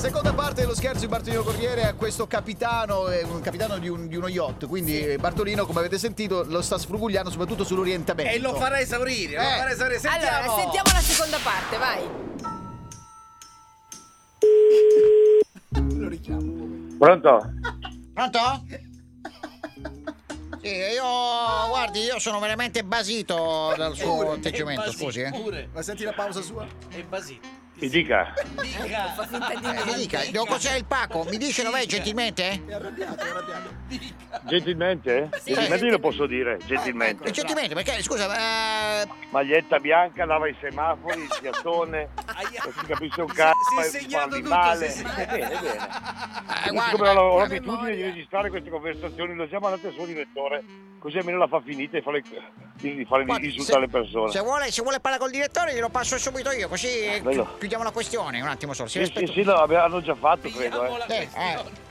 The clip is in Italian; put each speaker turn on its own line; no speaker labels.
Seconda parte dello scherzo di Bartolino Corriere a questo capitano, è un capitano di, un- di uno yacht, quindi eh, Bartolino, come avete sentito, lo sta sfrugugliando soprattutto sull'orientamento.
E lo farà esaurire, lo
Eh.
farà esaurire. Sentiamo.
Allora, sentiamo la seconda parte, vai.
Pronto?
Pronto? Sì, io guardi, io sono veramente basito dal suo atteggiamento, scusi, eh.
Pure.
Ma senti la pausa sua?
E basito.
Mi dica.
Fa
Dica.
finta di
Eh, Mi
niente.
dica, do- cos'è il pacco? Mi dice lei gentilmente? eh?
È arrabbiato, è arrabbiato.
Gentilmente? Gentilmente lo posso dire,
Ah,
gentilmente.
ecco,
Eh,
cioè
Gentilmente, perché scusa, eh,
Maglietta bianca, lava i semafori, il piattone,
Aia.
non si capisce un
Si-
cazzo,
si è
e
segnato
parli
tutto,
male.
si è
Eh,
segnato.
bene, bene.
eh,
Siccome ho,
guarda,
ho
la
l'abitudine di
memoria.
registrare queste conversazioni, lo siamo andate suo direttore,
Mm.
così almeno la fa finita e fa le, di fare
guardi,
insultare le persone.
se vuole, se vuole parlare col direttore glielo passo subito io, così eh,
Bello.
chi- chiudiamo la questione un attimo solo. Si
sì, sì,
rispetta.
sì, no, abbiamo- hanno già fatto, credo.
Vediamo
Eh.
la
Eh,
questione.